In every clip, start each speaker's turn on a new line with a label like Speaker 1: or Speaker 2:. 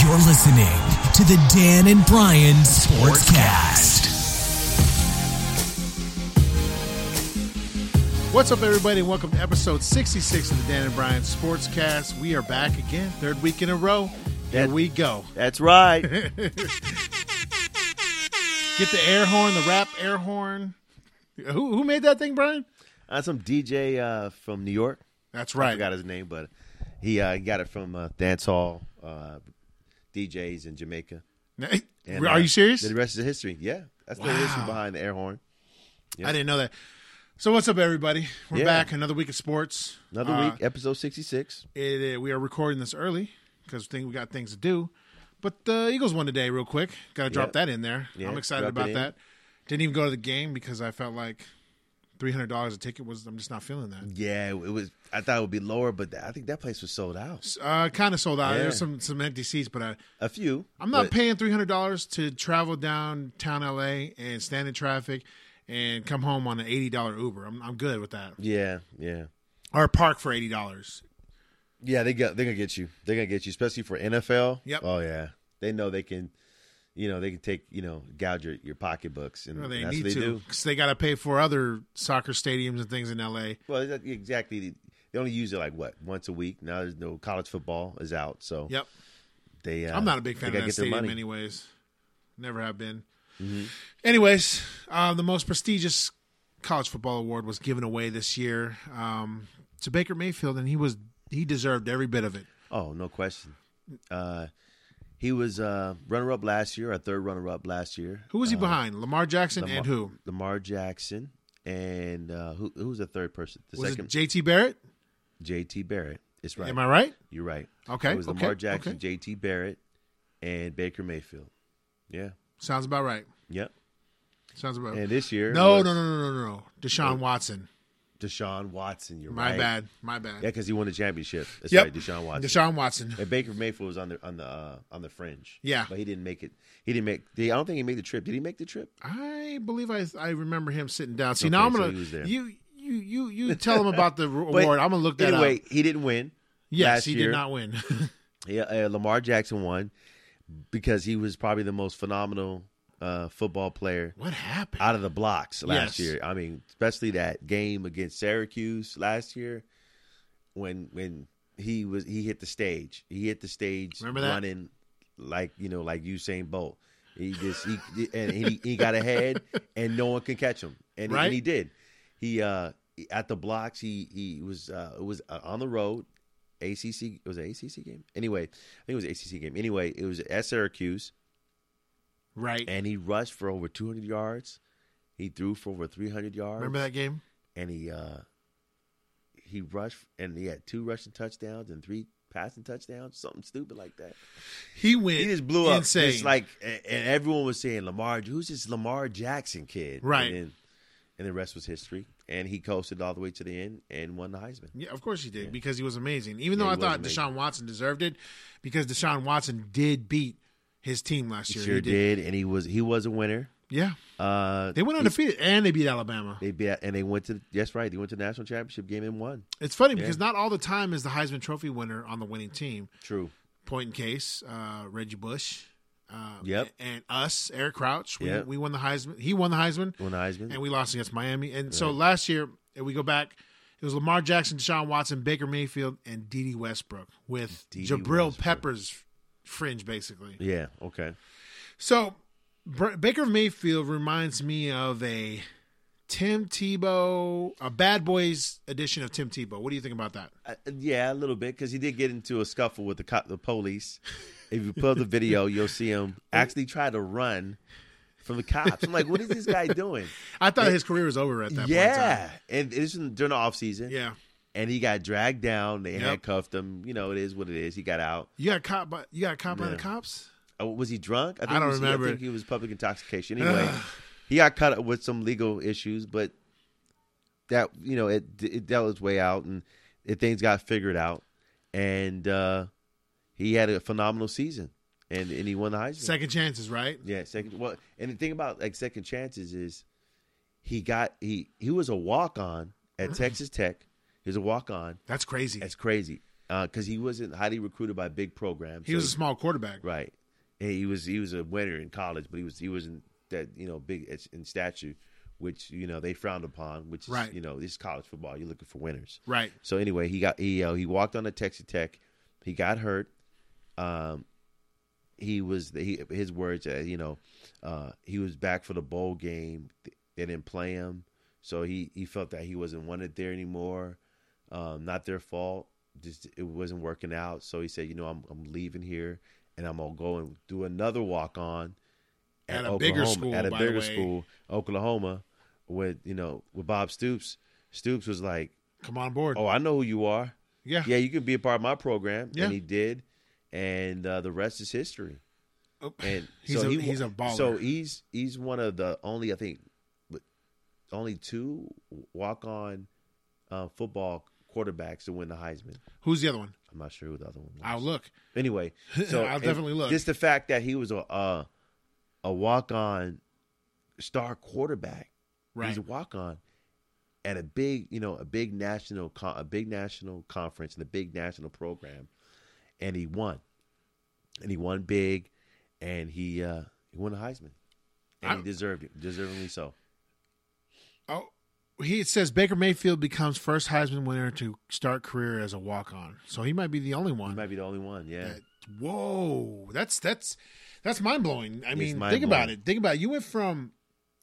Speaker 1: You're listening to the Dan and Brian Sportscast.
Speaker 2: What's up, everybody, and welcome to episode 66 of the Dan and Brian Sportscast. We are back again, third week in a row. Here
Speaker 3: That-
Speaker 2: we go.
Speaker 3: That's right.
Speaker 2: Get the air horn, the rap air horn. Who, who made that thing, Brian?
Speaker 3: That's some DJ uh, from New York.
Speaker 2: That's
Speaker 3: I
Speaker 2: right.
Speaker 3: forgot his name, but he uh, got it from uh, dance hall uh, DJs in Jamaica. And,
Speaker 2: are
Speaker 3: uh,
Speaker 2: you serious?
Speaker 3: The rest is history. Yeah, that's the history
Speaker 2: Wow.
Speaker 3: behind the air horn.
Speaker 2: I didn't know that. So, what's up, everybody? We're
Speaker 3: Yeah.
Speaker 2: back. Another week of sports.
Speaker 3: Another
Speaker 2: Uh,
Speaker 3: week, episode sixty-six.
Speaker 2: It, uh, we are recording this early because we think we got things to do. But the Eagles won today, real quick. Got to drop
Speaker 3: Yep.
Speaker 2: that in there.
Speaker 3: Yeah,
Speaker 2: I'm excited
Speaker 3: drop it
Speaker 2: about
Speaker 3: in.
Speaker 2: that. Didn't even go to the game because I felt like $300 a ticket was. I'm just not feeling that.
Speaker 3: Yeah, it was. I thought it would be lower, but th- I think that place was sold out.
Speaker 2: Uh, kind of sold out.
Speaker 3: Yeah.
Speaker 2: There's some some empty seats, but I,
Speaker 3: A few.
Speaker 2: I'm not
Speaker 3: but
Speaker 2: paying $300 to travel downtown LA and stand in traffic and come home on an $80 Uber. I'm I'm good with that.
Speaker 3: Yeah, yeah,
Speaker 2: Or park for $80.
Speaker 3: yeah. They got. They're gonna get you. They're gonna get you, especially for NFL.
Speaker 2: Yep.
Speaker 3: Oh yeah. They know they can. You know they can take. You know gouge your, your pocketbooks, and
Speaker 2: Or they
Speaker 3: that's
Speaker 2: need
Speaker 3: what they
Speaker 2: to
Speaker 3: do.
Speaker 2: because they got to pay for other soccer stadiums and things in LA.
Speaker 3: Well, is that- exactly. They only use it like what once a week. Now there's no college football is out, so
Speaker 2: Yep.
Speaker 3: they. Uh,
Speaker 2: I'm not a big
Speaker 3: they
Speaker 2: fan
Speaker 3: gotta
Speaker 2: of that
Speaker 3: get their
Speaker 2: stadium,
Speaker 3: money. Mm-hmm.
Speaker 2: anyways. Never have been. Anyways, uh, the most prestigious college football award was given away this year um, to Baker Mayfield, and he was he deserved every bit of it.
Speaker 3: Oh, no question. Uh, he was uh, runner-up last year, a third runner-up last year.
Speaker 2: Who was he
Speaker 3: Uh,
Speaker 2: behind? Lamar Jackson
Speaker 3: Lamar-
Speaker 2: and who
Speaker 3: Lamar Jackson, and uh, who who was the third person? The
Speaker 2: was
Speaker 3: second,
Speaker 2: it? J.T. Barrett.
Speaker 3: J.T. Barrett. It's right.
Speaker 2: Am I right?
Speaker 3: You're right.
Speaker 2: Okay,
Speaker 3: It was Lamar
Speaker 2: okay,
Speaker 3: Jackson,
Speaker 2: okay.
Speaker 3: J.T. Barrett, and Baker Mayfield. Yeah.
Speaker 2: Sounds about right.
Speaker 3: Yep.
Speaker 2: Sounds about.
Speaker 3: And this year,
Speaker 2: no,
Speaker 3: was
Speaker 2: no, no, no, no, no. Deshaun Watson.
Speaker 3: Deshaun Watson. You're
Speaker 2: My
Speaker 3: right.
Speaker 2: bad. My bad.
Speaker 3: Yeah, because he won the championship. That's
Speaker 2: Yep.
Speaker 3: right, Deshaun Watson.
Speaker 2: Deshaun Watson.
Speaker 3: And Baker Mayfield was on the on the uh, on the fringe.
Speaker 2: Yeah.
Speaker 3: but he didn't make it. He didn't make. The, I don't think he made the trip. Did he make the trip?
Speaker 2: I believe I I remember him sitting down. See
Speaker 3: Okay,
Speaker 2: now I'm
Speaker 3: so
Speaker 2: gonna
Speaker 3: he was there.
Speaker 2: you you you you tell him about the
Speaker 3: But
Speaker 2: award. I'm gonna look that
Speaker 3: anyway,
Speaker 2: up.
Speaker 3: he didn't win.
Speaker 2: Yes,
Speaker 3: last
Speaker 2: he
Speaker 3: year.
Speaker 2: did not win.
Speaker 3: Yeah, uh, Lamar Jackson won because he was probably the most phenomenal uh, football player
Speaker 2: what happened?
Speaker 3: out of the blocks last
Speaker 2: Yes.
Speaker 3: year. I mean, especially that game against Syracuse last year when when he was he hit the stage. He hit the stage
Speaker 2: Remember that?
Speaker 3: running like you know like Usain Bolt. He just he and he, he got ahead and no one could catch him. And, and
Speaker 2: Right?
Speaker 3: he did. He uh at the blocks he he was uh it was uh, on the road ACC it was an ACC game. Anyway, I think it was an ACC game. Anyway, it was at Syracuse
Speaker 2: right.
Speaker 3: and he rushed for over 200 yards. He threw for over 300 yards.
Speaker 2: Remember that game?
Speaker 3: And he uh, he rushed and he had two rushing touchdowns and three passing touchdowns, something stupid like that.
Speaker 2: He went.
Speaker 3: He just blew up.
Speaker 2: Insane.
Speaker 3: Just like and and everyone was saying Lamar, who's this Lamar Jackson kid?
Speaker 2: Right.
Speaker 3: And, then, and the rest was history. And he coasted all the way to the end and won the Heisman.
Speaker 2: yeah, of course he did because he was amazing. Even
Speaker 3: Yeah,
Speaker 2: though I
Speaker 3: he was
Speaker 2: thought
Speaker 3: amazing.
Speaker 2: Deshaun Watson deserved it, because Deshaun Watson did beat his team last
Speaker 3: He
Speaker 2: year.
Speaker 3: sure did. and he was he was a winner.
Speaker 2: Yeah,
Speaker 3: Uh,
Speaker 2: they went undefeated and they beat Alabama.
Speaker 3: they beat, and they went to that's right. They went to the national championship game and won.
Speaker 2: It's funny because not all the time is the Heisman Trophy winner on the winning team.
Speaker 3: True.
Speaker 2: Point in case, uh, Reggie Bush. Uh,
Speaker 3: Yep.
Speaker 2: And us, Eric Crouch. We,
Speaker 3: Yep.
Speaker 2: we won the Heisman. He won the Heisman.
Speaker 3: Won the Heisman.
Speaker 2: and we lost against Miami. And so last year, if we go back, it was Lamar Jackson, Deshaun Watson, Baker Mayfield, and D.D. Westbrook with
Speaker 3: D.D.
Speaker 2: Jabril
Speaker 3: Westbrook.
Speaker 2: Peppers fringe, basically.
Speaker 3: yeah. Okay.
Speaker 2: So Br- Baker Mayfield reminds me of a Tim Tebow, a Bad Boys edition of Tim Tebow. What do you think about that?
Speaker 3: Uh, yeah, a little bit because he did get into a scuffle with the cop, the police. If you pull up the video, you'll see him actually try to run from the cops. I'm like, what is this guy doing?
Speaker 2: I thought his career was over at that point. in
Speaker 3: yeah,
Speaker 2: time.
Speaker 3: and this is during the off season.
Speaker 2: Yeah.
Speaker 3: and he got dragged down. They
Speaker 2: Yep.
Speaker 3: handcuffed him. You know, it is what it is. He got out.
Speaker 2: You got caught by you got caught by the
Speaker 3: Yeah.
Speaker 2: cops?
Speaker 3: Oh, was he drunk? I, think
Speaker 2: don't
Speaker 3: he was,
Speaker 2: remember.
Speaker 3: I think he was public intoxication. Anyway, he got caught up with some legal issues, but that you know it it dealt its way out, and it, things got figured out, and uh, he had a phenomenal season, and and he won the Heisman.
Speaker 2: Second chances, right?
Speaker 3: Yeah, second. Well, and the thing about like second chances is he got
Speaker 2: Mm.
Speaker 3: he he was a walk on at Texas Tech. He was a walk on.
Speaker 2: That's crazy.
Speaker 3: That's crazy. because he wasn't highly recruited by big programs.
Speaker 2: He
Speaker 3: so
Speaker 2: was a small quarterback.
Speaker 3: Right. And he was he was a winner in college, but he was he wasn't that you know big as- in stature, which you know they frowned upon. Which is,
Speaker 2: Right.
Speaker 3: you know this is college football. You're looking for winners.
Speaker 2: Right.
Speaker 3: So anyway, he got he uh, he walked on to Texas Tech. He got hurt. Um, he was he, his words. Uh, you know, uh, he was back for the bowl game. They didn't play him, so he he felt that he wasn't wanted there anymore. Um, not their fault. Just it wasn't working out. So he said, you know, I'm I'm leaving here, and I'm gonna go and do another walk on
Speaker 2: At a bigger school,
Speaker 3: at a
Speaker 2: by the
Speaker 3: bigger
Speaker 2: way.
Speaker 3: school, Oklahoma, with you know with Bob Stoops. Stoops was like,
Speaker 2: Come on board.
Speaker 3: oh, I know who you are.
Speaker 2: yeah.
Speaker 3: Yeah, you can be a part of my program.
Speaker 2: Yeah.
Speaker 3: And he did. And uh, the rest is history.
Speaker 2: Oh,
Speaker 3: And
Speaker 2: He's
Speaker 3: so
Speaker 2: a-
Speaker 3: he,
Speaker 2: he's a baller.
Speaker 3: So he's he's one of the only I think but only two walk on uh, football quarterbacks to win the Heisman.
Speaker 2: Who's the other one?
Speaker 3: I'm not sure who the other one was.
Speaker 2: I'll look.
Speaker 3: Anyway, so
Speaker 2: I'll
Speaker 3: and
Speaker 2: definitely look.
Speaker 3: Just the fact that he was a uh, a walk on star quarterback
Speaker 2: Right.
Speaker 3: he's a walk on at a big you know a big national con- a big national conference and a big national program and he won and he won big and he uh he won the heisman and
Speaker 2: I'm-
Speaker 3: he deserved it deservingly so
Speaker 2: Oh, he says Baker Mayfield becomes first Heisman winner to start career as a walk on. So he might be the only
Speaker 3: he
Speaker 2: one.
Speaker 3: might be the only one yeah
Speaker 2: that- whoa, that's that's that's mind blowing. I mean, think
Speaker 3: mind-blowing.
Speaker 2: about it. Think about it. You went from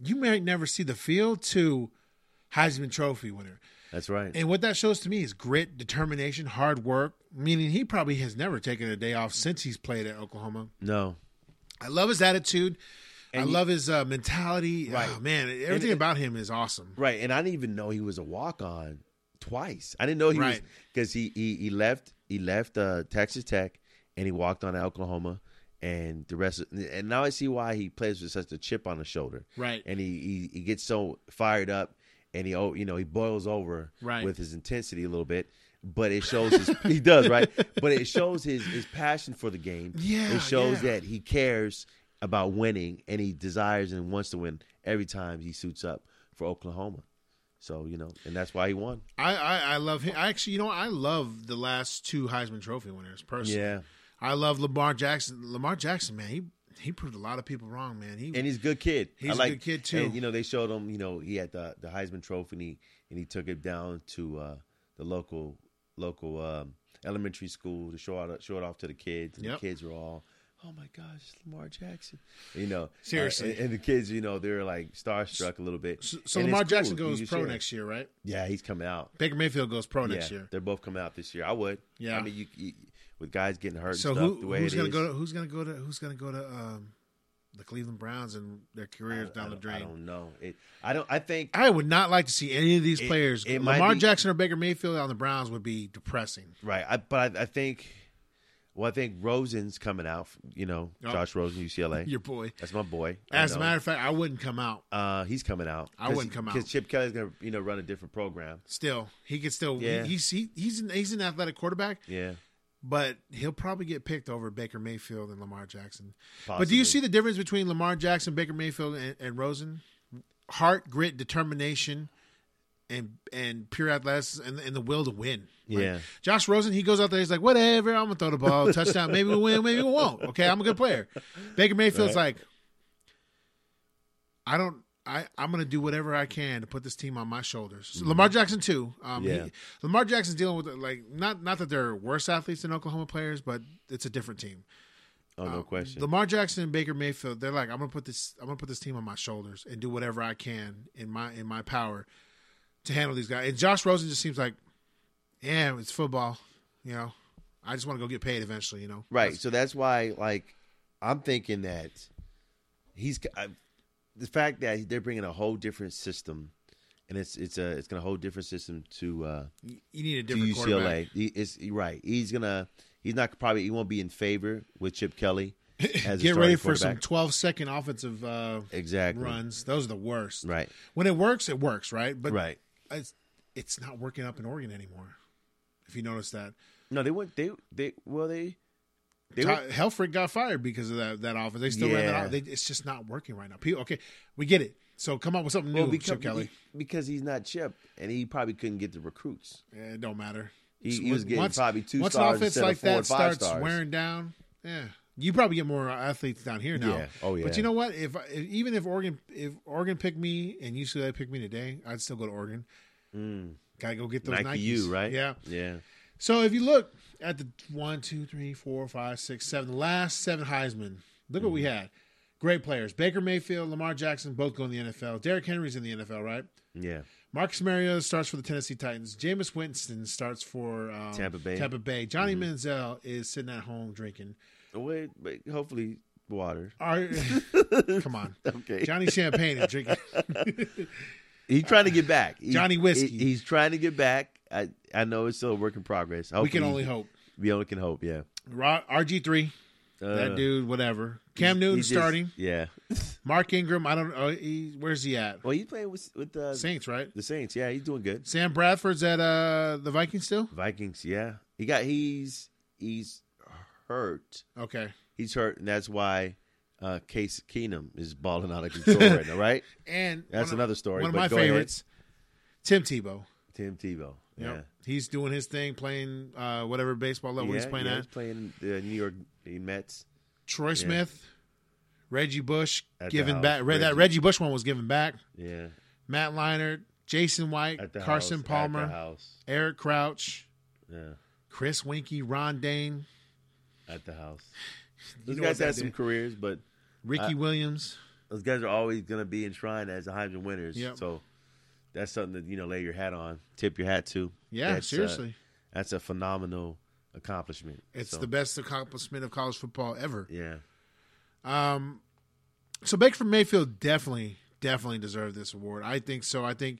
Speaker 2: you might never see the field to Heisman Trophy winner.
Speaker 3: that's right
Speaker 2: And what that shows to me is grit, determination, hard work. Meaning he probably has never taken a day off since he's played at Oklahoma.
Speaker 3: no
Speaker 2: I love his attitude. I
Speaker 3: you-
Speaker 2: love his uh, mentality.
Speaker 3: Right.
Speaker 2: Oh, man, everything about him is awesome.
Speaker 3: right and i didn't even know he was a walk on twice i didn't know he was
Speaker 2: Right.
Speaker 3: because he, he he left he left uh texas tech and he walked on to oklahoma and the rest of, and now i see why he plays with such a chip on his shoulder
Speaker 2: Right.
Speaker 3: and he, he he gets so fired up and he oh you know he boils over
Speaker 2: Right.
Speaker 3: with his intensity a little bit but it shows his he does right but it shows his his passion for the game
Speaker 2: Yeah,
Speaker 3: it shows
Speaker 2: yeah.
Speaker 3: that he cares about winning and he desires and wants to win every time he suits up for oklahoma so you know and that's why he won
Speaker 2: I, I, I love him. I actually, you know, I love the last two Heisman Trophy winners personally.
Speaker 3: yeah
Speaker 2: I love Lamar Jackson. Lamar Jackson, man, he he proved a lot of people wrong, man. He
Speaker 3: and he's a good kid.
Speaker 2: He's a good kid, too.
Speaker 3: And, you know, they showed him. You know, he had the the Heisman Trophy, and he, and he took it down to uh, the local local um, elementary school to show it show it off to the kids. And
Speaker 2: Yep.
Speaker 3: the kids were all, "Oh my gosh, it's Lamar Jackson!" You know,
Speaker 2: Seriously.
Speaker 3: Uh, and, and the kids, you know, they're like starstruck a little bit.
Speaker 2: so so
Speaker 3: And
Speaker 2: Lamar
Speaker 3: it's cool.
Speaker 2: Jackson
Speaker 3: You
Speaker 2: goes
Speaker 3: just
Speaker 2: pro
Speaker 3: share.
Speaker 2: next year, right?
Speaker 3: Yeah, he's coming out
Speaker 2: Baker Mayfield goes pro
Speaker 3: Yeah,
Speaker 2: next year.
Speaker 3: They're both coming out this year. I would.
Speaker 2: Yeah.
Speaker 3: I mean, you, you with guys getting hurt.
Speaker 2: So
Speaker 3: and stuff,
Speaker 2: who
Speaker 3: the way
Speaker 2: who's
Speaker 3: it
Speaker 2: gonna
Speaker 3: is,
Speaker 2: go to who's gonna go to who's gonna go to um, the Cleveland Browns and their careers
Speaker 3: I
Speaker 2: down the
Speaker 3: don't, I
Speaker 2: drain?
Speaker 3: don't know. It, I don't. I think
Speaker 2: I would not like to see any of these
Speaker 3: It-
Speaker 2: players.
Speaker 3: it might
Speaker 2: Lamar
Speaker 3: be-
Speaker 2: Jackson or Baker Mayfield on the Browns would be depressing.
Speaker 3: Right. I, but I, I think, well, I think Rosen's coming out. You know,
Speaker 2: Oh.
Speaker 3: Josh Rosen, UCLA.
Speaker 2: Your boy.
Speaker 3: That's my boy. I
Speaker 2: As a
Speaker 3: know.
Speaker 2: matter of fact, I wouldn't come out.
Speaker 3: uh, he's coming out.
Speaker 2: I wouldn't come out.
Speaker 3: because Chip Kelly's gonna, you know, run a different program.
Speaker 2: Still, he could still.
Speaker 3: Yeah.
Speaker 2: He, he's he, he's an he's an athletic quarterback,
Speaker 3: Yeah.
Speaker 2: but he'll probably get picked over Baker Mayfield and Lamar Jackson. But do
Speaker 3: Possibly.
Speaker 2: you see the difference between Lamar Jackson, Baker Mayfield, and, and Rosen? Heart, grit, determination, and and pure athleticism, and, and the will to win. Like,
Speaker 3: Yeah.
Speaker 2: Josh Rosen, he goes out there, he's like, whatever, I'm gonna throw the ball, touchdown, maybe we'll win, maybe we won't. Okay, I'm a good player. Baker Mayfield's like, I don't. I, I'm going to do whatever I can to put this team on my shoulders. Lamar Jackson too. Um, he-
Speaker 3: Mm-hmm. Yeah.
Speaker 2: Lamar Jackson's dealing with like not not that they're worse athletes than Oklahoma players, but it's a different team.
Speaker 3: Oh, no question.
Speaker 2: Lamar Jackson and Baker Mayfield, they're like, I'm gonna put this, I'm gonna put this team on my shoulders and do whatever I can in my in my power to handle these guys. And Josh Rosen just seems like, yeah, it's football, you know. I just want to go get paid eventually, you know.
Speaker 3: right. So that's why, like, I'm thinking that he's I, the fact that they're bringing a whole different system, and it's it's a it's gonna whole different system to. uh
Speaker 2: You you need a
Speaker 3: to
Speaker 2: different quarterback.
Speaker 3: UCLA. He, it's he- right. He's gonna. He's not probably. He won't be in favor with Chip Kelly. As
Speaker 2: Get
Speaker 3: a
Speaker 2: ready
Speaker 3: starting
Speaker 2: for some
Speaker 3: quarterback.
Speaker 2: 12 second offensive uh,
Speaker 3: exactly
Speaker 2: runs. Those are the worst.
Speaker 3: Right.
Speaker 2: When it works, it works, right? But
Speaker 3: Right.
Speaker 2: it's it's not working up in Oregon anymore. If you notice that,
Speaker 3: No, they went. They they well they they
Speaker 2: Ty-
Speaker 3: went-
Speaker 2: Helfrich got fired because of that that offense. They still ran that
Speaker 3: Yeah.
Speaker 2: off. They, it's just not working right now. People, okay, we get it. So come up with something new,
Speaker 3: well, because,
Speaker 2: Chip Kelly.
Speaker 3: because he's not Chip and he probably couldn't get the recruits.
Speaker 2: Eh, it don't matter.
Speaker 3: He, he was getting
Speaker 2: once,
Speaker 3: probably two
Speaker 2: once
Speaker 3: stars
Speaker 2: an offense
Speaker 3: instead
Speaker 2: like
Speaker 3: of four
Speaker 2: that
Speaker 3: and five
Speaker 2: starts
Speaker 3: stars.
Speaker 2: wearing down, yeah, you probably get more athletes down here now.
Speaker 3: Yeah. Oh, yeah.
Speaker 2: But you know what? If, if even if Oregon if Oregon picked me and UCLA picked me today, I'd still go to Oregon. Gotta go get those
Speaker 3: Mm. Nike
Speaker 2: Nikes,
Speaker 3: U, right?
Speaker 2: Yeah.
Speaker 3: yeah.
Speaker 2: So if you look at the one, two, three, four, five, six, seven, the last seven Heisman, look what we
Speaker 3: Mm-hmm.
Speaker 2: had. Great players. Baker Mayfield, Lamar Jackson both go in the NFL. Derrick Henry's in the NFL, right?
Speaker 3: Yeah.
Speaker 2: Marcus Mariota starts for the Tennessee Titans. Jameis Winston starts for um,
Speaker 3: Tampa Bay. Mm-hmm.
Speaker 2: Tampa Bay. Johnny Manziel is sitting at home drinking.
Speaker 3: Wait, but hopefully water.
Speaker 2: Our, come on,
Speaker 3: Okay.
Speaker 2: Johnny Champagne is drinking.
Speaker 3: He's trying to get back. He-
Speaker 2: Johnny Whiskey.
Speaker 3: he- he's trying to get back. I I know it's still a work in progress.
Speaker 2: we can
Speaker 3: Hopefully-
Speaker 2: only hope.
Speaker 3: We only can hope. Yeah.
Speaker 2: RG three, that
Speaker 3: Uh,
Speaker 2: dude, whatever. Cam
Speaker 3: he
Speaker 2: Newton
Speaker 3: just-
Speaker 2: starting.
Speaker 3: Yeah.
Speaker 2: Mark Ingram. I don't know. he, where's he at?
Speaker 3: Well, he's playing with with uh,
Speaker 2: Saints, right?
Speaker 3: the Saints. Yeah, he's doing good.
Speaker 2: Sam Bradford's at uh, the Vikings still.
Speaker 3: Vikings. Yeah, he got he's he's hurt.
Speaker 2: Okay,
Speaker 3: He's hurt, and that's why uh, Case Keenum is balling out of control right now. Right?
Speaker 2: and
Speaker 3: That's
Speaker 2: one of-
Speaker 3: another story.
Speaker 2: One of
Speaker 3: but
Speaker 2: my
Speaker 3: go ahead.
Speaker 2: favorites, Tim Tebow.
Speaker 3: Tim Tebow.
Speaker 2: Yep.
Speaker 3: Yeah.
Speaker 2: he's doing his thing, playing uh, whatever baseball level he's
Speaker 3: Yeah,
Speaker 2: playing
Speaker 3: yeah,
Speaker 2: at.
Speaker 3: He's playing the New York Mets.
Speaker 2: Troy Smith, Reggie Bush
Speaker 3: At the
Speaker 2: giving
Speaker 3: house,
Speaker 2: back. Re- That
Speaker 3: Reggie.
Speaker 2: Reggie Bush one was giving back.
Speaker 3: Yeah.
Speaker 2: Matt Leinart, Jason White,
Speaker 3: At the
Speaker 2: Carson
Speaker 3: house, at the
Speaker 2: Palmer,
Speaker 3: house.
Speaker 2: Eric Crouch,
Speaker 3: Yeah.
Speaker 2: Chris Winky, Ron Dane,
Speaker 3: At the house. Those
Speaker 2: know what
Speaker 3: guys
Speaker 2: that
Speaker 3: had some
Speaker 2: did.
Speaker 3: careers, but Uh,
Speaker 2: Ricky Williams.
Speaker 3: those guys are always going to be enshrined as the Heisman winners.
Speaker 2: Yep.
Speaker 3: So that's something to you know lay your hat on, tip your hat to.
Speaker 2: Yeah,
Speaker 3: That's, uh,
Speaker 2: seriously,
Speaker 3: that's a phenomenal accomplishment.
Speaker 2: it's
Speaker 3: So,
Speaker 2: the best accomplishment of college football ever.
Speaker 3: yeah.
Speaker 2: Um, so Baker Mayfield definitely, definitely deserved this award. I think so. I think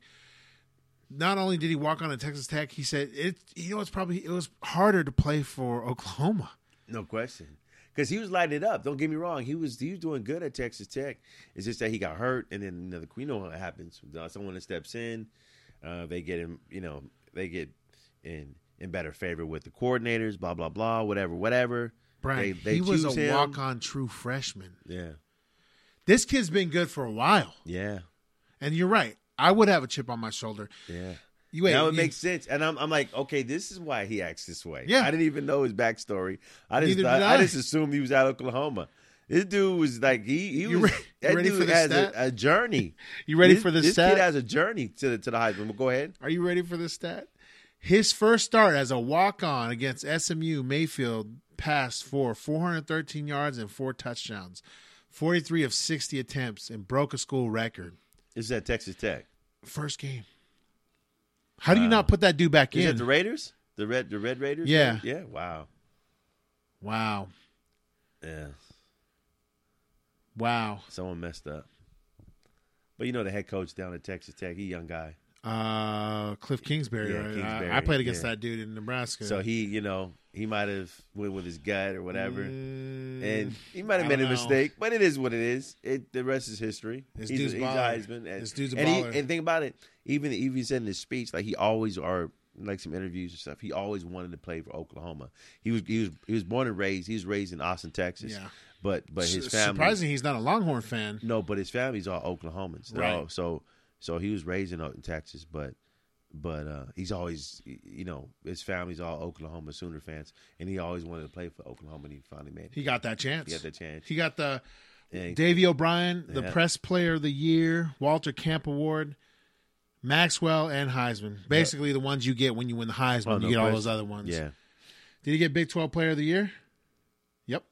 Speaker 2: not only did he walk on to Texas Tech, he said it. You know, it's probably it was harder to play for Oklahoma.
Speaker 3: No question. Because he was lighting it up. Don't get me wrong. He was he was doing good at Texas Tech. It's just that he got hurt, and then you know, the, you know what happens. Uh, Someone that steps in, uh, they get him. You know, they get in in better favor with the coordinators. Blah blah blah. Whatever, whatever.
Speaker 2: Brian,
Speaker 3: they, they
Speaker 2: he was
Speaker 3: choose
Speaker 2: a
Speaker 3: him.
Speaker 2: walk-on true freshman.
Speaker 3: Yeah,
Speaker 2: This kid's been good for a while,
Speaker 3: yeah,
Speaker 2: and you're right. I would have a chip on my shoulder.
Speaker 3: yeah.
Speaker 2: You wait,
Speaker 3: now it
Speaker 2: you-
Speaker 3: makes sense, and I'm I'm like, okay, this is why he acts this way.
Speaker 2: Yeah.
Speaker 3: I didn't even know his backstory. I just
Speaker 2: Neither
Speaker 3: thought,
Speaker 2: did
Speaker 3: I.
Speaker 2: I.
Speaker 3: just assumed he was out of Oklahoma. This dude was like he he
Speaker 2: You
Speaker 3: was
Speaker 2: re- you
Speaker 3: that
Speaker 2: ready
Speaker 3: dude
Speaker 2: for this
Speaker 3: has a,
Speaker 2: stat?
Speaker 3: a journey.
Speaker 2: you ready
Speaker 3: this,
Speaker 2: for this,
Speaker 3: This
Speaker 2: stat?
Speaker 3: kid has a journey to the to the Heisman. Well, go ahead.
Speaker 2: Are you ready for this stat? His first start as a walk-on against SMU, Mayfield passed for 413 yards and four touchdowns, 43 of 60 attempts, and broke a school record.
Speaker 3: This is at Texas Tech.
Speaker 2: First game. How do you not put that dude back
Speaker 3: Is it
Speaker 2: in?
Speaker 3: the Raiders? The red the Red Raiders?
Speaker 2: Yeah.
Speaker 3: Yeah. Wow.
Speaker 2: wow,
Speaker 3: Yeah.
Speaker 2: wow.
Speaker 3: Someone messed up. But you know the head coach down at Texas Tech, he young guy.
Speaker 2: Uh, Cliff Kingsbury.
Speaker 3: Yeah,
Speaker 2: right? I-
Speaker 3: Kingsbury,
Speaker 2: I, played against
Speaker 3: yeah.
Speaker 2: that dude in Nebraska.
Speaker 3: So he, you know, he might have went with his gut or whatever.
Speaker 2: Mm,
Speaker 3: and he might have
Speaker 2: I
Speaker 3: made a
Speaker 2: don't know.
Speaker 3: mistake, but it is what it is. It the rest is history.
Speaker 2: This
Speaker 3: he's
Speaker 2: dude's
Speaker 3: a, he's a
Speaker 2: baller.
Speaker 3: Heisman. And,
Speaker 2: This dude's a
Speaker 3: and,
Speaker 2: baller.
Speaker 3: He, and think about it. Even even he said in his speech, like he always are like some interviews and stuff. He always wanted to play for Oklahoma. He was he was he was born and raised. He was raised in Austin, Texas.
Speaker 2: Yeah.
Speaker 3: But but his
Speaker 2: su-
Speaker 3: family
Speaker 2: surprising he's not a Longhorn fan.
Speaker 3: no, but his family's all Oklahomans. They're
Speaker 2: Right.
Speaker 3: all- so so he was raised in, in Texas, but but uh, he's always y- you know his family's all Oklahoma Sooner fans, and he always wanted to play for Oklahoma, and he finally made it.
Speaker 2: He got that chance.
Speaker 3: He got the chance.
Speaker 2: He got the
Speaker 3: And-
Speaker 2: Davy O'Brien, the
Speaker 3: Yeah.
Speaker 2: Press Player of the Year, Walter Camp Award, Maxwell, and Heisman. Basically, the ones you get when you win the Heisman.
Speaker 3: Oh,
Speaker 2: you
Speaker 3: no
Speaker 2: get all
Speaker 3: question.
Speaker 2: those other ones.
Speaker 3: yeah.
Speaker 2: Did he get Big Twelve Player of the Year? Yep.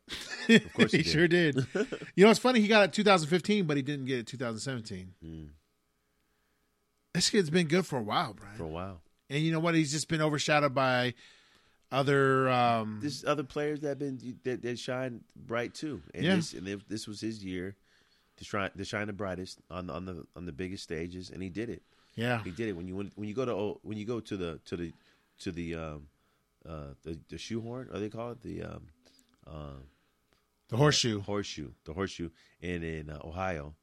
Speaker 2: Of
Speaker 3: course he did.
Speaker 2: sure did. you know, it's funny. He got it 2015, but he didn't get it 2017.
Speaker 3: Hmm.
Speaker 2: This kid's been good for a while, Brian.
Speaker 3: for a while.
Speaker 2: and you know what? He's just been overshadowed by other. Um,
Speaker 3: There's other players that have been that, that shine bright too, and
Speaker 2: Yeah.
Speaker 3: this and if this was his year to shine to shine the brightest on the, on the on the biggest stages, and he did it.
Speaker 2: yeah,
Speaker 3: He did it when you when, when you go to O- when you go to the to the to the um uh the, the shoehorn or they call it the um
Speaker 2: the horseshoe.
Speaker 3: horseshoe the horseshoe in in uh, Ohio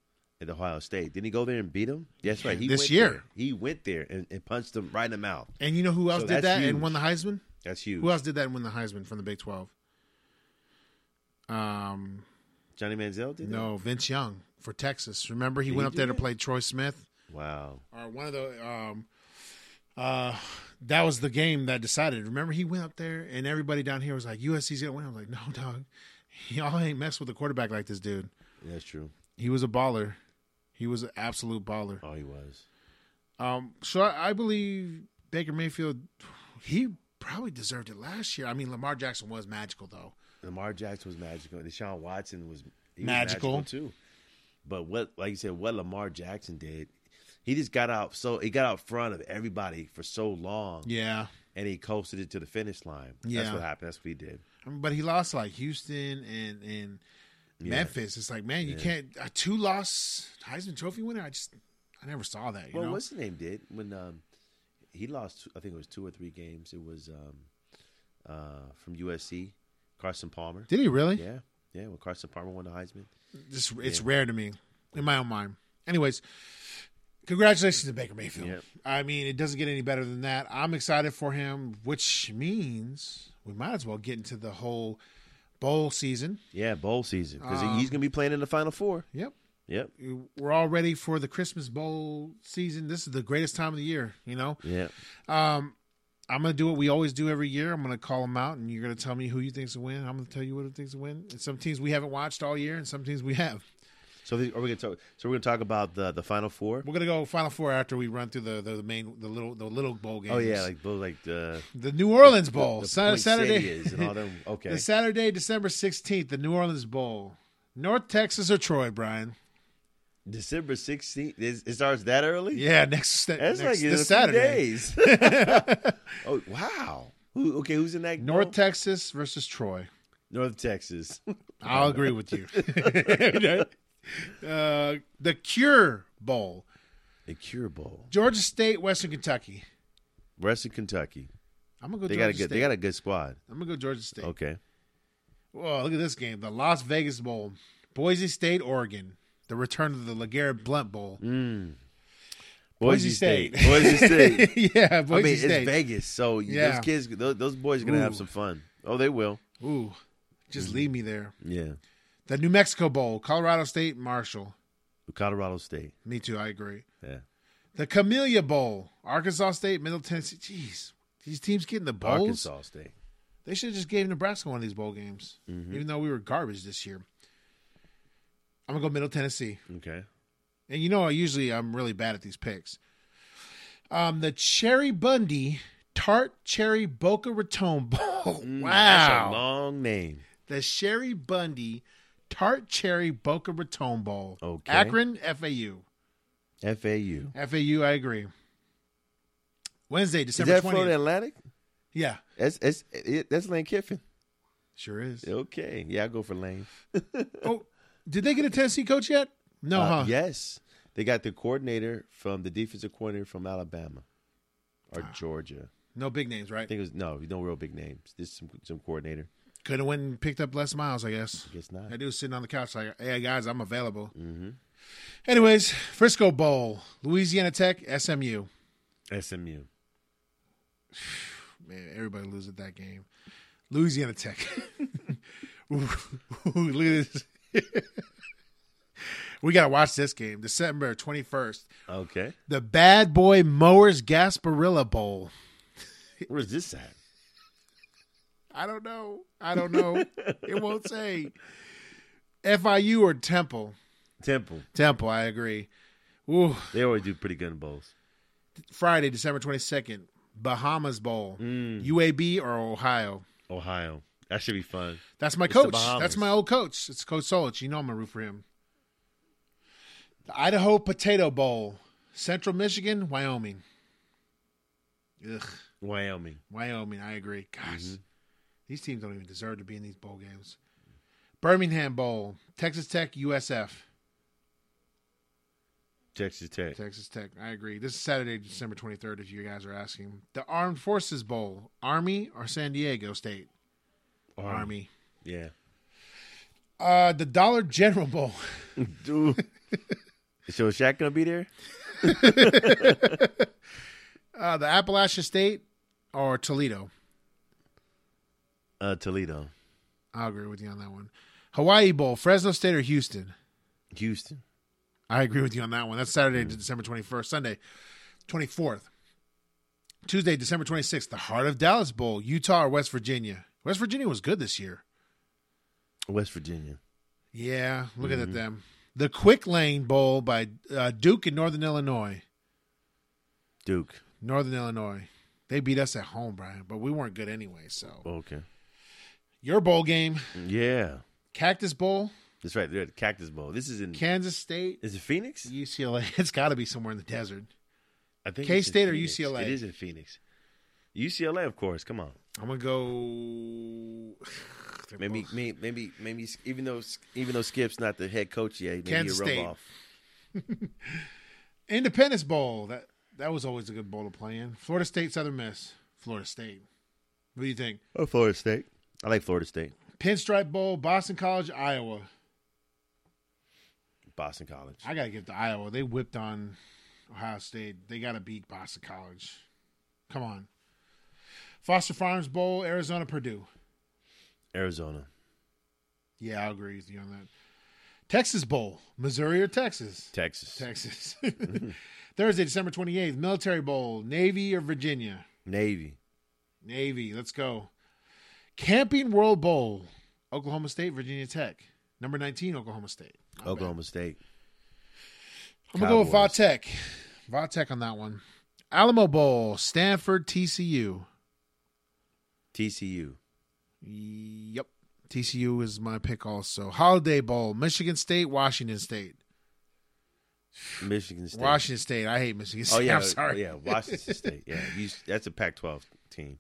Speaker 3: at Ohio State. Didn't he go there and beat him? That's right. He
Speaker 2: This
Speaker 3: went
Speaker 2: year.
Speaker 3: there. he went there and, and punched him right in the mouth.
Speaker 2: And you know who else
Speaker 3: So
Speaker 2: did
Speaker 3: that's
Speaker 2: that and
Speaker 3: huge.
Speaker 2: won the Heisman?
Speaker 3: That's huge.
Speaker 2: Who else did that and win the Heisman from the Big Twelve? Um,
Speaker 3: Johnny Manziel did
Speaker 2: no, Vince Young for Texas. Remember, he went up
Speaker 3: do
Speaker 2: there to
Speaker 3: that?
Speaker 2: play Troy Smith
Speaker 3: Wow.
Speaker 2: or one of the um, uh, that was the game that decided. Remember, he went up there and everybody down here was like, USC's gonna win. I'm like, no, dog. Y'all ain't mess with a quarterback like this dude.
Speaker 3: That's true.
Speaker 2: He was a baller. He was an absolute baller.
Speaker 3: Oh, he was.
Speaker 2: Um, so I, I believe Baker Mayfield, he probably deserved it last year. I mean, Lamar Jackson was magical though.
Speaker 3: Lamar Jackson was magical. and Deshaun Watson was he was
Speaker 2: Magical.
Speaker 3: too. But what, like you said, what Lamar Jackson did, he just got out. So he got out front of everybody for so long,
Speaker 2: Yeah,
Speaker 3: and he coasted it to the finish line.
Speaker 2: Yeah.
Speaker 3: That's what happened. That's what he did.
Speaker 2: but he lost like Houston and and Memphis. It's like, man, you can't a two loss Heisman Trophy winner. I just I never saw that. You
Speaker 3: Well,
Speaker 2: know?
Speaker 3: what's the name did when um, he lost? I think it was two or three games. It was um, uh, from USC, Carson Palmer.
Speaker 2: Did he really?
Speaker 3: Yeah, yeah. When Carson Palmer won the Heisman,
Speaker 2: Just it's rare to me in my own mind. Anyways, congratulations to Baker Mayfield.
Speaker 3: Yep.
Speaker 2: I mean, it doesn't get any better than that. I'm excited for him, which means we might as well get into the whole bowl season.
Speaker 3: yeah, bowl season because
Speaker 2: Uh,
Speaker 3: he's gonna be playing in the Final Four.
Speaker 2: Yep.
Speaker 3: Yep,
Speaker 2: We're all ready for the Christmas bowl season. This is the greatest time of the year, you know?
Speaker 3: yeah.
Speaker 2: I'm gonna do what we always do every year. I'm gonna call them out, and you're gonna tell me who you think's to win. I'm gonna tell you what I think's to win. And some teams we haven't watched all year, and some teams we have.
Speaker 3: So the, are we gonna talk? So we're gonna talk about the the Final Four.
Speaker 2: We're gonna go Final Four after we run through the the, the main the little the little bowl games.
Speaker 3: Oh yeah, like those like the
Speaker 2: the New Orleans Bowl,
Speaker 3: the
Speaker 2: Sa- Saturday,
Speaker 3: poinsettias and all them. Okay,
Speaker 2: the Saturday, December sixteenth, the New Orleans Bowl, North Texas or Troy, Brian?
Speaker 3: December sixteenth. It starts that early.
Speaker 2: Yeah, next next,
Speaker 3: that's like in a few
Speaker 2: this Saturday,
Speaker 3: days. oh wow. Who, okay, who's in that?
Speaker 2: North
Speaker 3: bowl?
Speaker 2: Texas versus Troy.
Speaker 3: North Texas.
Speaker 2: I'll agree with you. uh, the Cure Bowl.
Speaker 3: The Cure Bowl.
Speaker 2: Georgia State, Western Kentucky.
Speaker 3: Western Kentucky.
Speaker 2: I'm gonna go.
Speaker 3: They
Speaker 2: Georgia
Speaker 3: got a good.
Speaker 2: State.
Speaker 3: They got a good squad.
Speaker 2: I'm gonna go Georgia State.
Speaker 3: Okay.
Speaker 2: Whoa, look at this game: the Las Vegas Bowl, Boise State, Oregon. The return of the Legarrette Blunt Bowl.
Speaker 3: Mm.
Speaker 2: Boise State.
Speaker 3: Boise State.
Speaker 2: yeah, Boise
Speaker 3: I mean,
Speaker 2: State.
Speaker 3: it's Vegas, so you-
Speaker 2: Yeah.
Speaker 3: those kids, those, those boys, are gonna have
Speaker 2: Ooh.
Speaker 3: some fun. Oh, they will.
Speaker 2: Ooh, just
Speaker 3: Mm-hmm.
Speaker 2: leave me there.
Speaker 3: Yeah.
Speaker 2: The New Mexico Bowl, Colorado State, Marshall.
Speaker 3: Colorado State.
Speaker 2: Me too. I agree.
Speaker 3: Yeah.
Speaker 2: The Camellia Bowl, Arkansas State, Middle Tennessee. Jeez, these teams getting the bowls.
Speaker 3: Arkansas State.
Speaker 2: They should have just gave Nebraska one of these bowl games,
Speaker 3: Mm-hmm.
Speaker 2: even though we were garbage this year. I'm gonna go Middle Tennessee.
Speaker 3: Okay.
Speaker 2: And you know, I usually I'm really bad at these picks. Um, the Cherry Bundy Tart Cherry Boca Raton Bowl.
Speaker 3: Mm, That's a
Speaker 2: wow,
Speaker 3: long name.
Speaker 2: the Cherry Bundy Tart Cherry Boca Raton Bowl.
Speaker 3: Okay.
Speaker 2: Akron FAU.
Speaker 3: FAU.
Speaker 2: FAU, I agree. Wednesday,
Speaker 3: Is
Speaker 2: December
Speaker 3: that Florida
Speaker 2: twentieth.
Speaker 3: Atlantic?
Speaker 2: Yeah,
Speaker 3: That's that's it, that's Lane Kiffin.
Speaker 2: sure is.
Speaker 3: Okay. Yeah, I go for Lane.
Speaker 2: Oh, did they get a Tennessee coach yet? No,
Speaker 3: Uh,
Speaker 2: huh?
Speaker 3: Yes, they got the coordinator from the defensive coordinator from Alabama or Georgia.
Speaker 2: No big names,
Speaker 3: I
Speaker 2: right?
Speaker 3: think it was no, no real big names. Just some some coordinator.
Speaker 2: Could have went and picked up Les Miles, I guess.
Speaker 3: Guess not.
Speaker 2: I do sitting on the couch like, hey guys, I'm available. Anyways, Frisco Bowl, Louisiana Tech, SMU.
Speaker 3: SMU.
Speaker 2: Man, everybody loses that game. Louisiana Tech. Ooh, look at this. we gotta watch this game, December twenty first.
Speaker 3: Okay,
Speaker 2: The Bad Boy Mowers Gasparilla Bowl.
Speaker 3: where's this at?
Speaker 2: I don't know. I don't know. it won't say. FIU or Temple.
Speaker 3: Temple.
Speaker 2: Temple, I agree. Ooh,
Speaker 3: They always do pretty good in bowls.
Speaker 2: Friday, December 22nd, Bahamas Bowl,
Speaker 3: Mm.
Speaker 2: UAB or Ohio.
Speaker 3: Ohio. That should be fun.
Speaker 2: That's my
Speaker 3: the
Speaker 2: coach.
Speaker 3: Bahamas.
Speaker 2: That's my old coach. It's Coach Solich. You know I'm going to root for him. The Idaho Potato Bowl, Central Michigan, Wyoming. Ugh,
Speaker 3: Wyoming.
Speaker 2: Wyoming, I agree. Gosh,
Speaker 3: Mm-hmm.
Speaker 2: these teams don't even deserve to be in these bowl games. Birmingham Bowl, Texas Tech, USF.
Speaker 3: Texas Tech.
Speaker 2: Texas Tech, I agree. This is Saturday, December 23rd, if you guys are asking. The Armed Forces Bowl, Army or San Diego State? Army.
Speaker 3: Yeah.
Speaker 2: Uh, the Dollar General Bowl.
Speaker 3: Dude. so is Shaq gonna be there?
Speaker 2: Uh, the Appalachia State or Toledo.
Speaker 3: Uh, Toledo,
Speaker 2: I'll agree with you on that one. Hawaii Bowl, Fresno State or Houston?
Speaker 3: Houston.
Speaker 2: Mm. I agree with you on that one. That's Saturday, December 21st, Sunday, 24th. Tuesday, December 26th, the Heart of Dallas Bowl, Utah or West Virginia. West Virginia was good this year.
Speaker 3: West Virginia.
Speaker 2: Yeah, looking at them. The Quick Lane Bowl by uh, Duke in Northern Illinois.
Speaker 3: Duke.
Speaker 2: Northern Illinois. They beat us at home, Brian, but we weren't good anyway. So
Speaker 3: Okay.
Speaker 2: your bowl game,
Speaker 3: Yeah.
Speaker 2: Cactus Bowl,
Speaker 3: That's right. They're at the Cactus Bowl. This is in.
Speaker 2: Kansas State,
Speaker 3: is it Phoenix?
Speaker 2: UCLA. It's got to be somewhere in the desert.
Speaker 3: I think.
Speaker 2: K
Speaker 3: it's in
Speaker 2: State or
Speaker 3: Phoenix.
Speaker 2: UCLA?
Speaker 3: It is in Phoenix. UCLA, of course. Come on.
Speaker 2: I'm gonna go. They're
Speaker 3: Maybe,
Speaker 2: both-
Speaker 3: maybe, maybe, maybe. Even though, even though Skip's not the head coach yet, maybe
Speaker 2: Kansas
Speaker 3: you rub
Speaker 2: State.
Speaker 3: off.
Speaker 2: Independence Bowl. That that was always a good bowl to play in. Florida State, Southern Miss, Florida State. What do you think?
Speaker 3: Or Oh, Florida State. I like Florida State.
Speaker 2: Pinstripe Bowl, Boston College, Iowa.
Speaker 3: Boston College.
Speaker 2: I gotta give it to Iowa. They whipped on Ohio State. They gotta beat Boston College. Come on. Foster Farms Bowl, Arizona, Purdue.
Speaker 3: Arizona.
Speaker 2: Yeah, I agree with you on that. Texas Bowl, Missouri or Texas?
Speaker 3: Texas.
Speaker 2: Texas.
Speaker 3: Mm-hmm.
Speaker 2: Thursday, December 28th, Military Bowl, Navy or Virginia?
Speaker 3: Navy.
Speaker 2: Navy, let's go. Camping World Bowl, Oklahoma State, Virginia Tech. Number 19, Oklahoma State. Not bad.
Speaker 3: Oklahoma State.
Speaker 2: I'm going to go with
Speaker 3: Cowboys.
Speaker 2: Vatech. Vatech on that one. Alamo Bowl, Stanford, TCU.
Speaker 3: TCU.
Speaker 2: Yep. TCU is my pick also. Holiday Bowl, Michigan State, Washington State.
Speaker 3: Michigan State.
Speaker 2: Washington State. I hate Michigan State.
Speaker 3: Oh yeah,
Speaker 2: I'm sorry.
Speaker 3: Yeah, Washington State. Yeah, you, that's a Pac-12 team.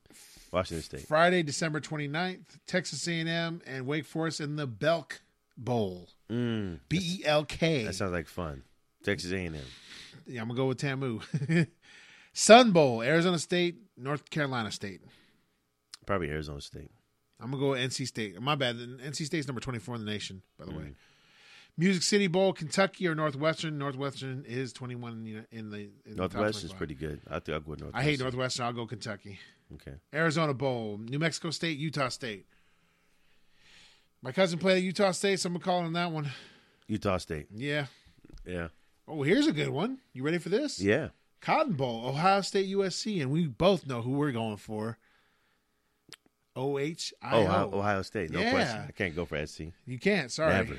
Speaker 3: Washington State.
Speaker 2: Friday, December 29th, Texas A&M and Wake Forest in the Belk Bowl.
Speaker 3: Mm,
Speaker 2: B E L K.
Speaker 3: that sounds like fun. Texas A&M.
Speaker 2: Yeah, I'm gonna go with Tamu. Sun Bowl, Arizona State, North Carolina State.
Speaker 3: Probably Arizona State.
Speaker 2: I'm gonna go with NC State. My bad. NC State's number 24 in the nation, by the
Speaker 3: Mm.
Speaker 2: way. Music City Bowl, Kentucky or Northwestern. Northwestern is 21 in the- in the in the top
Speaker 3: Northwestern's
Speaker 2: 25.
Speaker 3: pretty good. I think I'll go with Northwestern.
Speaker 2: I hate Northwestern. I'll go Kentucky.
Speaker 3: Okay.
Speaker 2: Arizona Bowl, New Mexico State, Utah State. My cousin played at Utah State, so I'm gonna call on that one.
Speaker 3: Utah State.
Speaker 2: Yeah.
Speaker 3: Yeah.
Speaker 2: Oh, here's a good one. You ready for this?
Speaker 3: Yeah.
Speaker 2: Cotton Bowl, Ohio State, USC, and we both know who we're going for. O H I
Speaker 3: Ohio,
Speaker 2: O.
Speaker 3: Ohio State. No
Speaker 2: Yeah.
Speaker 3: question. I can't go for SC.
Speaker 2: You can't. Sorry.
Speaker 3: Never.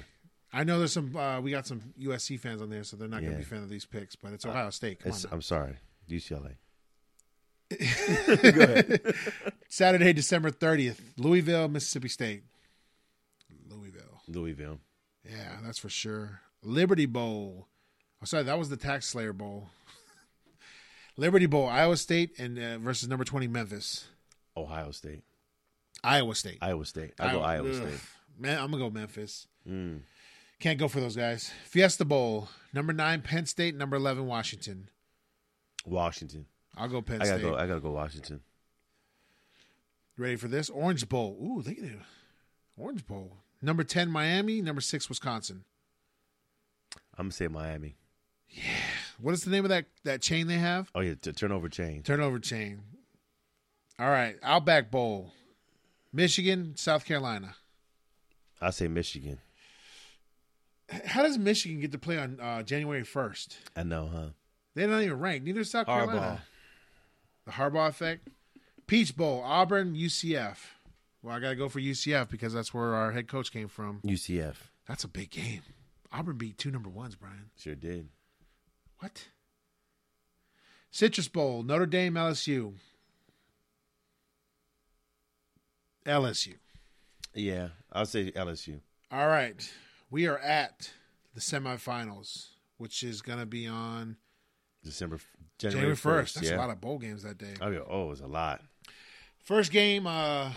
Speaker 2: I know there's some. Uh, we got some USC fans on there, so they're not going to
Speaker 3: Yeah. Uh,
Speaker 2: be a fan of these picks. But it's Ohio State. Come on.
Speaker 3: It's-
Speaker 2: now.
Speaker 3: I'm sorry. UCLA.
Speaker 2: Saturday, December thirtieth, Louisville, Mississippi State. Louisville.
Speaker 3: Louisville.
Speaker 2: Yeah, that's for sure. Liberty Bowl. Oh, sorry, that was the Tax Slayer Bowl. Liberty Bowl, Iowa State, and uh, versus number twenty Memphis.
Speaker 3: Ohio State.
Speaker 2: Iowa State.
Speaker 3: Iowa State. I go Iowa
Speaker 2: ugh.
Speaker 3: State. Mm.
Speaker 2: Man, I'm gonna go Memphis. Can't go for those guys. Fiesta Bowl, number nine Penn State, number eleven Washington.
Speaker 3: Washington.
Speaker 2: I'll go Penn
Speaker 3: I gotta
Speaker 2: State.
Speaker 3: go. I gotta go Washington.
Speaker 2: Ready for this? Orange Bowl. Ooh, look at it. Orange Bowl. Number ten Miami, number six Wisconsin.
Speaker 3: I'm gonna say Miami.
Speaker 2: What is the name of that that chain they have?
Speaker 3: Oh yeah, t- turnover chain.
Speaker 2: Turnover chain. All right, Outback Bowl, Michigan, South Carolina.
Speaker 3: I say Michigan.
Speaker 2: H- How does Michigan get to play on uh, January first?
Speaker 3: I know, huh?
Speaker 2: They're not even ranked. Neither is South Carolina. The Harbaugh effect. Peach Bowl, Auburn, UCF. Well, I got to go for UCF because that's where our head coach came from.
Speaker 3: UCF
Speaker 2: That's a big game. Auburn beat two number ones, Brian.
Speaker 3: sure did.
Speaker 2: What? Citrus Bowl, Notre Dame, LSU. LSU.
Speaker 3: Yeah, I'll say LSU.
Speaker 2: All right. We are at the semifinals, which is going to be on
Speaker 3: December f-
Speaker 2: January Uh,
Speaker 3: January
Speaker 2: 1st.
Speaker 3: first.
Speaker 2: That's
Speaker 3: yeah.
Speaker 2: a lot of bowl games that day.
Speaker 3: Oh, yeah. oh, it was a lot.
Speaker 2: First game, uh,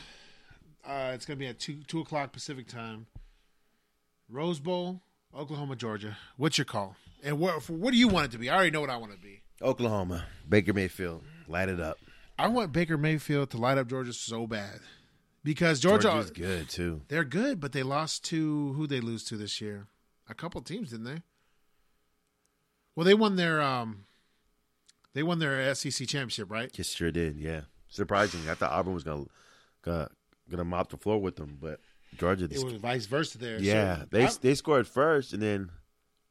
Speaker 2: uh, it's gonna be at two two o'clock Pacific time. Rose Bowl, Oklahoma, Georgia. What's your call? And what for, what do you want it to be? I already know what I want it to be.
Speaker 3: Oklahoma, Baker Mayfield, light it up.
Speaker 2: I want Baker Mayfield to light up Georgia so bad because Georgia,
Speaker 3: Georgia's good too.
Speaker 2: they're good, but they lost to who they lose to this year? A couple teams, didn't they? Well, they won their um, they won their SEC championship, right?
Speaker 3: Yes, sure did. Yeah, surprising. I thought Auburn was gonna gonna, gonna mop the floor with them, but Georgia.
Speaker 2: It was vice versa there.
Speaker 3: yeah,
Speaker 2: so
Speaker 3: they
Speaker 2: I-
Speaker 3: they scored first, and then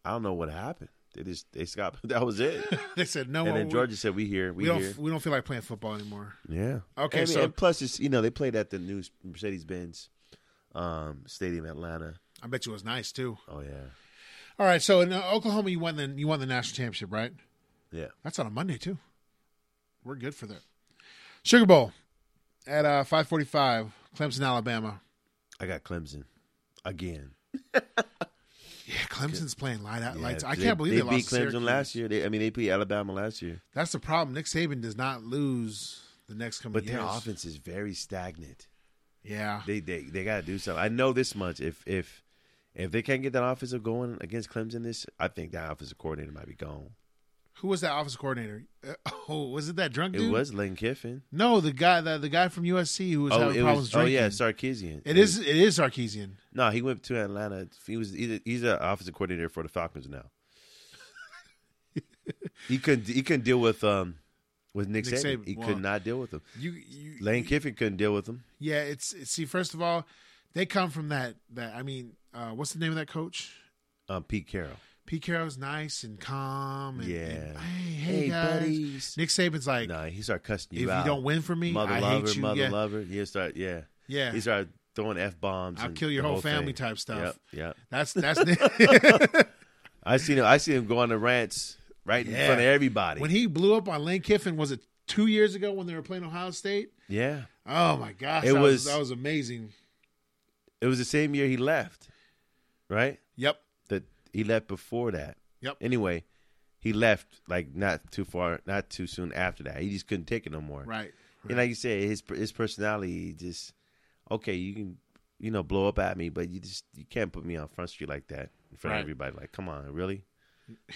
Speaker 3: I don't know what happened. They just they stopped. That was it.
Speaker 2: they said no.
Speaker 3: And
Speaker 2: one
Speaker 3: then
Speaker 2: would-
Speaker 3: Georgia said, "We here, we,
Speaker 2: we don't
Speaker 3: here."
Speaker 2: we don't feel like playing football anymore.
Speaker 3: Yeah.
Speaker 2: Okay,
Speaker 3: And,
Speaker 2: so-
Speaker 3: and plus, it's you know they played at the new Mercedes Benz um, Stadium, in Atlanta.
Speaker 2: I bet you it was nice too.
Speaker 3: Oh yeah,
Speaker 2: All right, so in uh, Oklahoma, you won the you won the national championship, right?
Speaker 3: yeah.
Speaker 2: That's on a Monday too. We're good for that. Sugar Bowl at uh, five forty five, Clemson, Alabama.
Speaker 3: I got Clemson again.
Speaker 2: Yeah, Clemson's playing light out
Speaker 3: Yeah,
Speaker 2: lights. I
Speaker 3: they-
Speaker 2: can't believe
Speaker 3: they,
Speaker 2: they, lost
Speaker 3: beat
Speaker 2: to
Speaker 3: Clemson
Speaker 2: Syracuse.
Speaker 3: last year. They, I mean, they beat Alabama last year.
Speaker 2: That's the problem. Nick Saban does not lose the next coming
Speaker 3: But
Speaker 2: years.
Speaker 3: their offense is very stagnant.
Speaker 2: yeah,
Speaker 3: They they they got to do something. I know this much. If if if they can't get that offensive going against Clemson, this I think that offensive coordinator might be gone.
Speaker 2: who was that offensive coordinator? Uh, oh, was it that drunk
Speaker 3: It
Speaker 2: dude?
Speaker 3: was Lane Kiffin.
Speaker 2: no the guy the, the guy from USC who was
Speaker 3: Oh,
Speaker 2: having
Speaker 3: it
Speaker 2: problems
Speaker 3: was. Oh
Speaker 2: drinking.
Speaker 3: yeah, Sarkisian.
Speaker 2: it is it is Sarkeesian.
Speaker 3: No, he went to Atlanta. He was he's, a, he's an offensive coordinator for the Falcons now. he couldn't he couldn't deal with um with Nick,
Speaker 2: Nick
Speaker 3: Saban.
Speaker 2: Saban,
Speaker 3: He
Speaker 2: wow.
Speaker 3: could not deal with him.
Speaker 2: You you
Speaker 3: Lane Kiffin couldn't deal with him.
Speaker 2: Yeah, it's, it's see. First of all, they come from that. That I mean, uh, what's the name of that coach?
Speaker 3: Um, Pete Carroll.
Speaker 2: Pete Carroll's nice and calm. And,
Speaker 3: Yeah.
Speaker 2: and, hey, hey,
Speaker 3: Hey,
Speaker 2: guys.
Speaker 3: buddies.
Speaker 2: Nick Saban's like,
Speaker 3: No, he started cussing
Speaker 2: if
Speaker 3: you
Speaker 2: you
Speaker 3: out.
Speaker 2: don't win for me,
Speaker 3: mother
Speaker 2: I
Speaker 3: lover,
Speaker 2: hate you.
Speaker 3: mother
Speaker 2: yeah,
Speaker 3: lover. Yeah, start yeah.
Speaker 2: yeah.
Speaker 3: He started throwing f bombs.
Speaker 2: I'll kill your whole family type
Speaker 3: Yep,
Speaker 2: stuff.
Speaker 3: yep.
Speaker 2: That's that's
Speaker 3: I seen him. I seen him go on the rants right in
Speaker 2: Yeah.
Speaker 3: front of everybody.
Speaker 2: when he blew up on Lane Kiffin. Was it two years ago when they were playing Ohio State?
Speaker 3: yeah,
Speaker 2: Oh my gosh,
Speaker 3: It
Speaker 2: that was,
Speaker 3: was-
Speaker 2: that was amazing.
Speaker 3: it was the same year he left, right?
Speaker 2: Yep,
Speaker 3: That he left before that.
Speaker 2: yep.
Speaker 3: Anyway, he left like not too far, not too soon after that. He just couldn't take it no more.
Speaker 2: Right.
Speaker 3: And like you said, his his personality just okay. You can you know blow up at me, but you just you can't put me on front street like that in front
Speaker 2: Right.
Speaker 3: of everybody. Like, come on, really?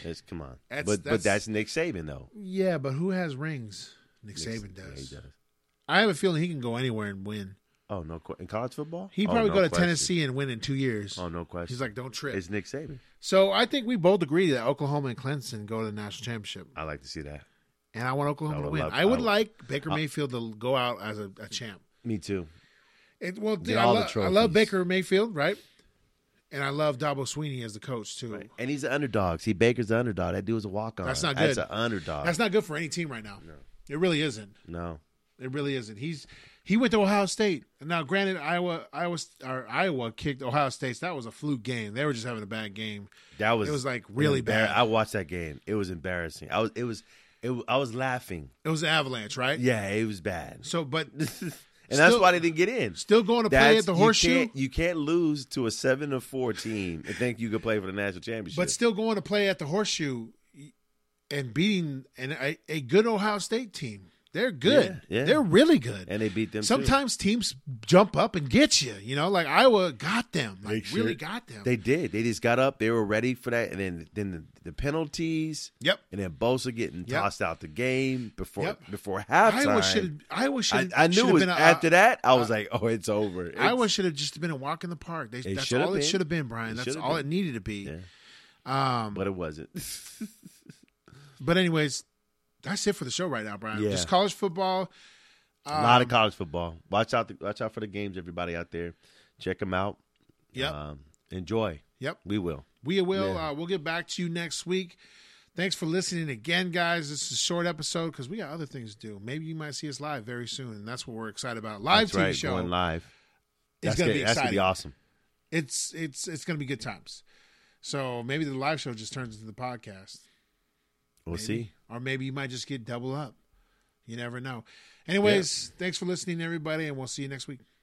Speaker 3: It's come on.
Speaker 2: That's-
Speaker 3: but
Speaker 2: that's-
Speaker 3: but that's Nick Saban though.
Speaker 2: Yeah, but who has rings? Nick, Saban
Speaker 3: Yeah,
Speaker 2: does.
Speaker 3: he does.
Speaker 2: I have a feeling he can go anywhere and win.
Speaker 3: Oh no! que- In college football,
Speaker 2: He
Speaker 3: Oh,
Speaker 2: probably
Speaker 3: no
Speaker 2: go to
Speaker 3: question.
Speaker 2: Tennessee and win in two years.
Speaker 3: Oh no question.
Speaker 2: He's like, don't trip.
Speaker 3: it's Nick Saban.
Speaker 2: so I think we both agree that Oklahoma and Clemson go to the national championship,
Speaker 3: I like to see that.
Speaker 2: and I want Oklahoma
Speaker 3: I would
Speaker 2: to win.
Speaker 3: love-
Speaker 2: I would
Speaker 3: I would-
Speaker 2: like Baker Mayfield to go out as a, a champ.
Speaker 3: Me too.
Speaker 2: It, well, dude,
Speaker 3: Get
Speaker 2: I,
Speaker 3: all the
Speaker 2: lo- I love
Speaker 3: trophies.
Speaker 2: Baker Mayfield, right? And I love Dabo Sweeney as the coach too.
Speaker 3: And he's an underdog. See, Baker's the underdog. That dude was a walk on.
Speaker 2: That's not
Speaker 3: That's
Speaker 2: good.
Speaker 3: an underdog.
Speaker 2: That's not good for any team right now. It really isn't.
Speaker 3: no.
Speaker 2: It really isn't. He's he went to Ohio State. Now, granted, Iowa, Iowa, or Iowa kicked Ohio State. So that was a fluke game. They were just having a bad game.
Speaker 3: That was
Speaker 2: It was, like, really bad.
Speaker 3: I watched that game. It was embarrassing. I was it was it, wa- I was laughing.
Speaker 2: It was an avalanche, right?
Speaker 3: Yeah, it was bad.
Speaker 2: So, but
Speaker 3: and that's
Speaker 2: Still-
Speaker 3: why they didn't get in.
Speaker 2: still going to play
Speaker 3: That's-
Speaker 2: at the
Speaker 3: you
Speaker 2: horseshoe.
Speaker 3: can't- You can't, lose to a seven or four team and think you could play for the national championship.
Speaker 2: but still going to play at the horseshoe and beating an, a, a good Ohio State team. They're good.
Speaker 3: Yeah, yeah.
Speaker 2: They're really good.
Speaker 3: and they beat them. too.
Speaker 2: Sometimes teams jump up and get you. You know, like Iowa got them. Like
Speaker 3: They
Speaker 2: really
Speaker 3: should.
Speaker 2: got them.
Speaker 3: They did. They just got up. They were ready for that, and then then the, the penalties.
Speaker 2: Yep.
Speaker 3: And then Bosa getting
Speaker 2: Yep.
Speaker 3: tossed out the game before
Speaker 2: Yep.
Speaker 3: before halftime.
Speaker 2: Iowa should. Iowa
Speaker 3: I,
Speaker 2: should.
Speaker 3: I knew it was, after
Speaker 2: uh,
Speaker 3: that. I was like, oh, it's over. It's-
Speaker 2: Iowa should have just been a walk in the park. They,
Speaker 3: It
Speaker 2: that's
Speaker 3: should have
Speaker 2: all it
Speaker 3: been.
Speaker 2: should have been, Brian.
Speaker 3: It
Speaker 2: That's
Speaker 3: should have
Speaker 2: all
Speaker 3: been.
Speaker 2: it needed to be.
Speaker 3: Yeah.
Speaker 2: Um,
Speaker 3: but it wasn't.
Speaker 2: but anyways, that's it for the show right now, Brian.
Speaker 3: Yeah.
Speaker 2: Just college football.
Speaker 3: a
Speaker 2: um,
Speaker 3: lot of college football. Watch out. The, watch out for the games, everybody out there. Check them out.
Speaker 2: Yep.
Speaker 3: Um, enjoy.
Speaker 2: Yep.
Speaker 3: We will.
Speaker 2: We will.
Speaker 3: Yeah.
Speaker 2: Uh, we'll get back to you next week. Thanks for listening again, guys. This is a short episode because we got other things to do. Maybe you might see us live very soon, and that's what we're excited about. Live
Speaker 3: That's
Speaker 2: TV
Speaker 3: right.
Speaker 2: show.
Speaker 3: Going live.
Speaker 2: It's
Speaker 3: That's
Speaker 2: gonna be
Speaker 3: That's gonna
Speaker 2: exciting.
Speaker 3: be awesome.
Speaker 2: It's it's it's gonna be good times. So maybe the live show just turns into the podcast.
Speaker 3: We'll
Speaker 2: Maybe.
Speaker 3: see.
Speaker 2: Or maybe you might just get double up. You never know. Anyways, thanks for listening, everybody, and we'll see you next week.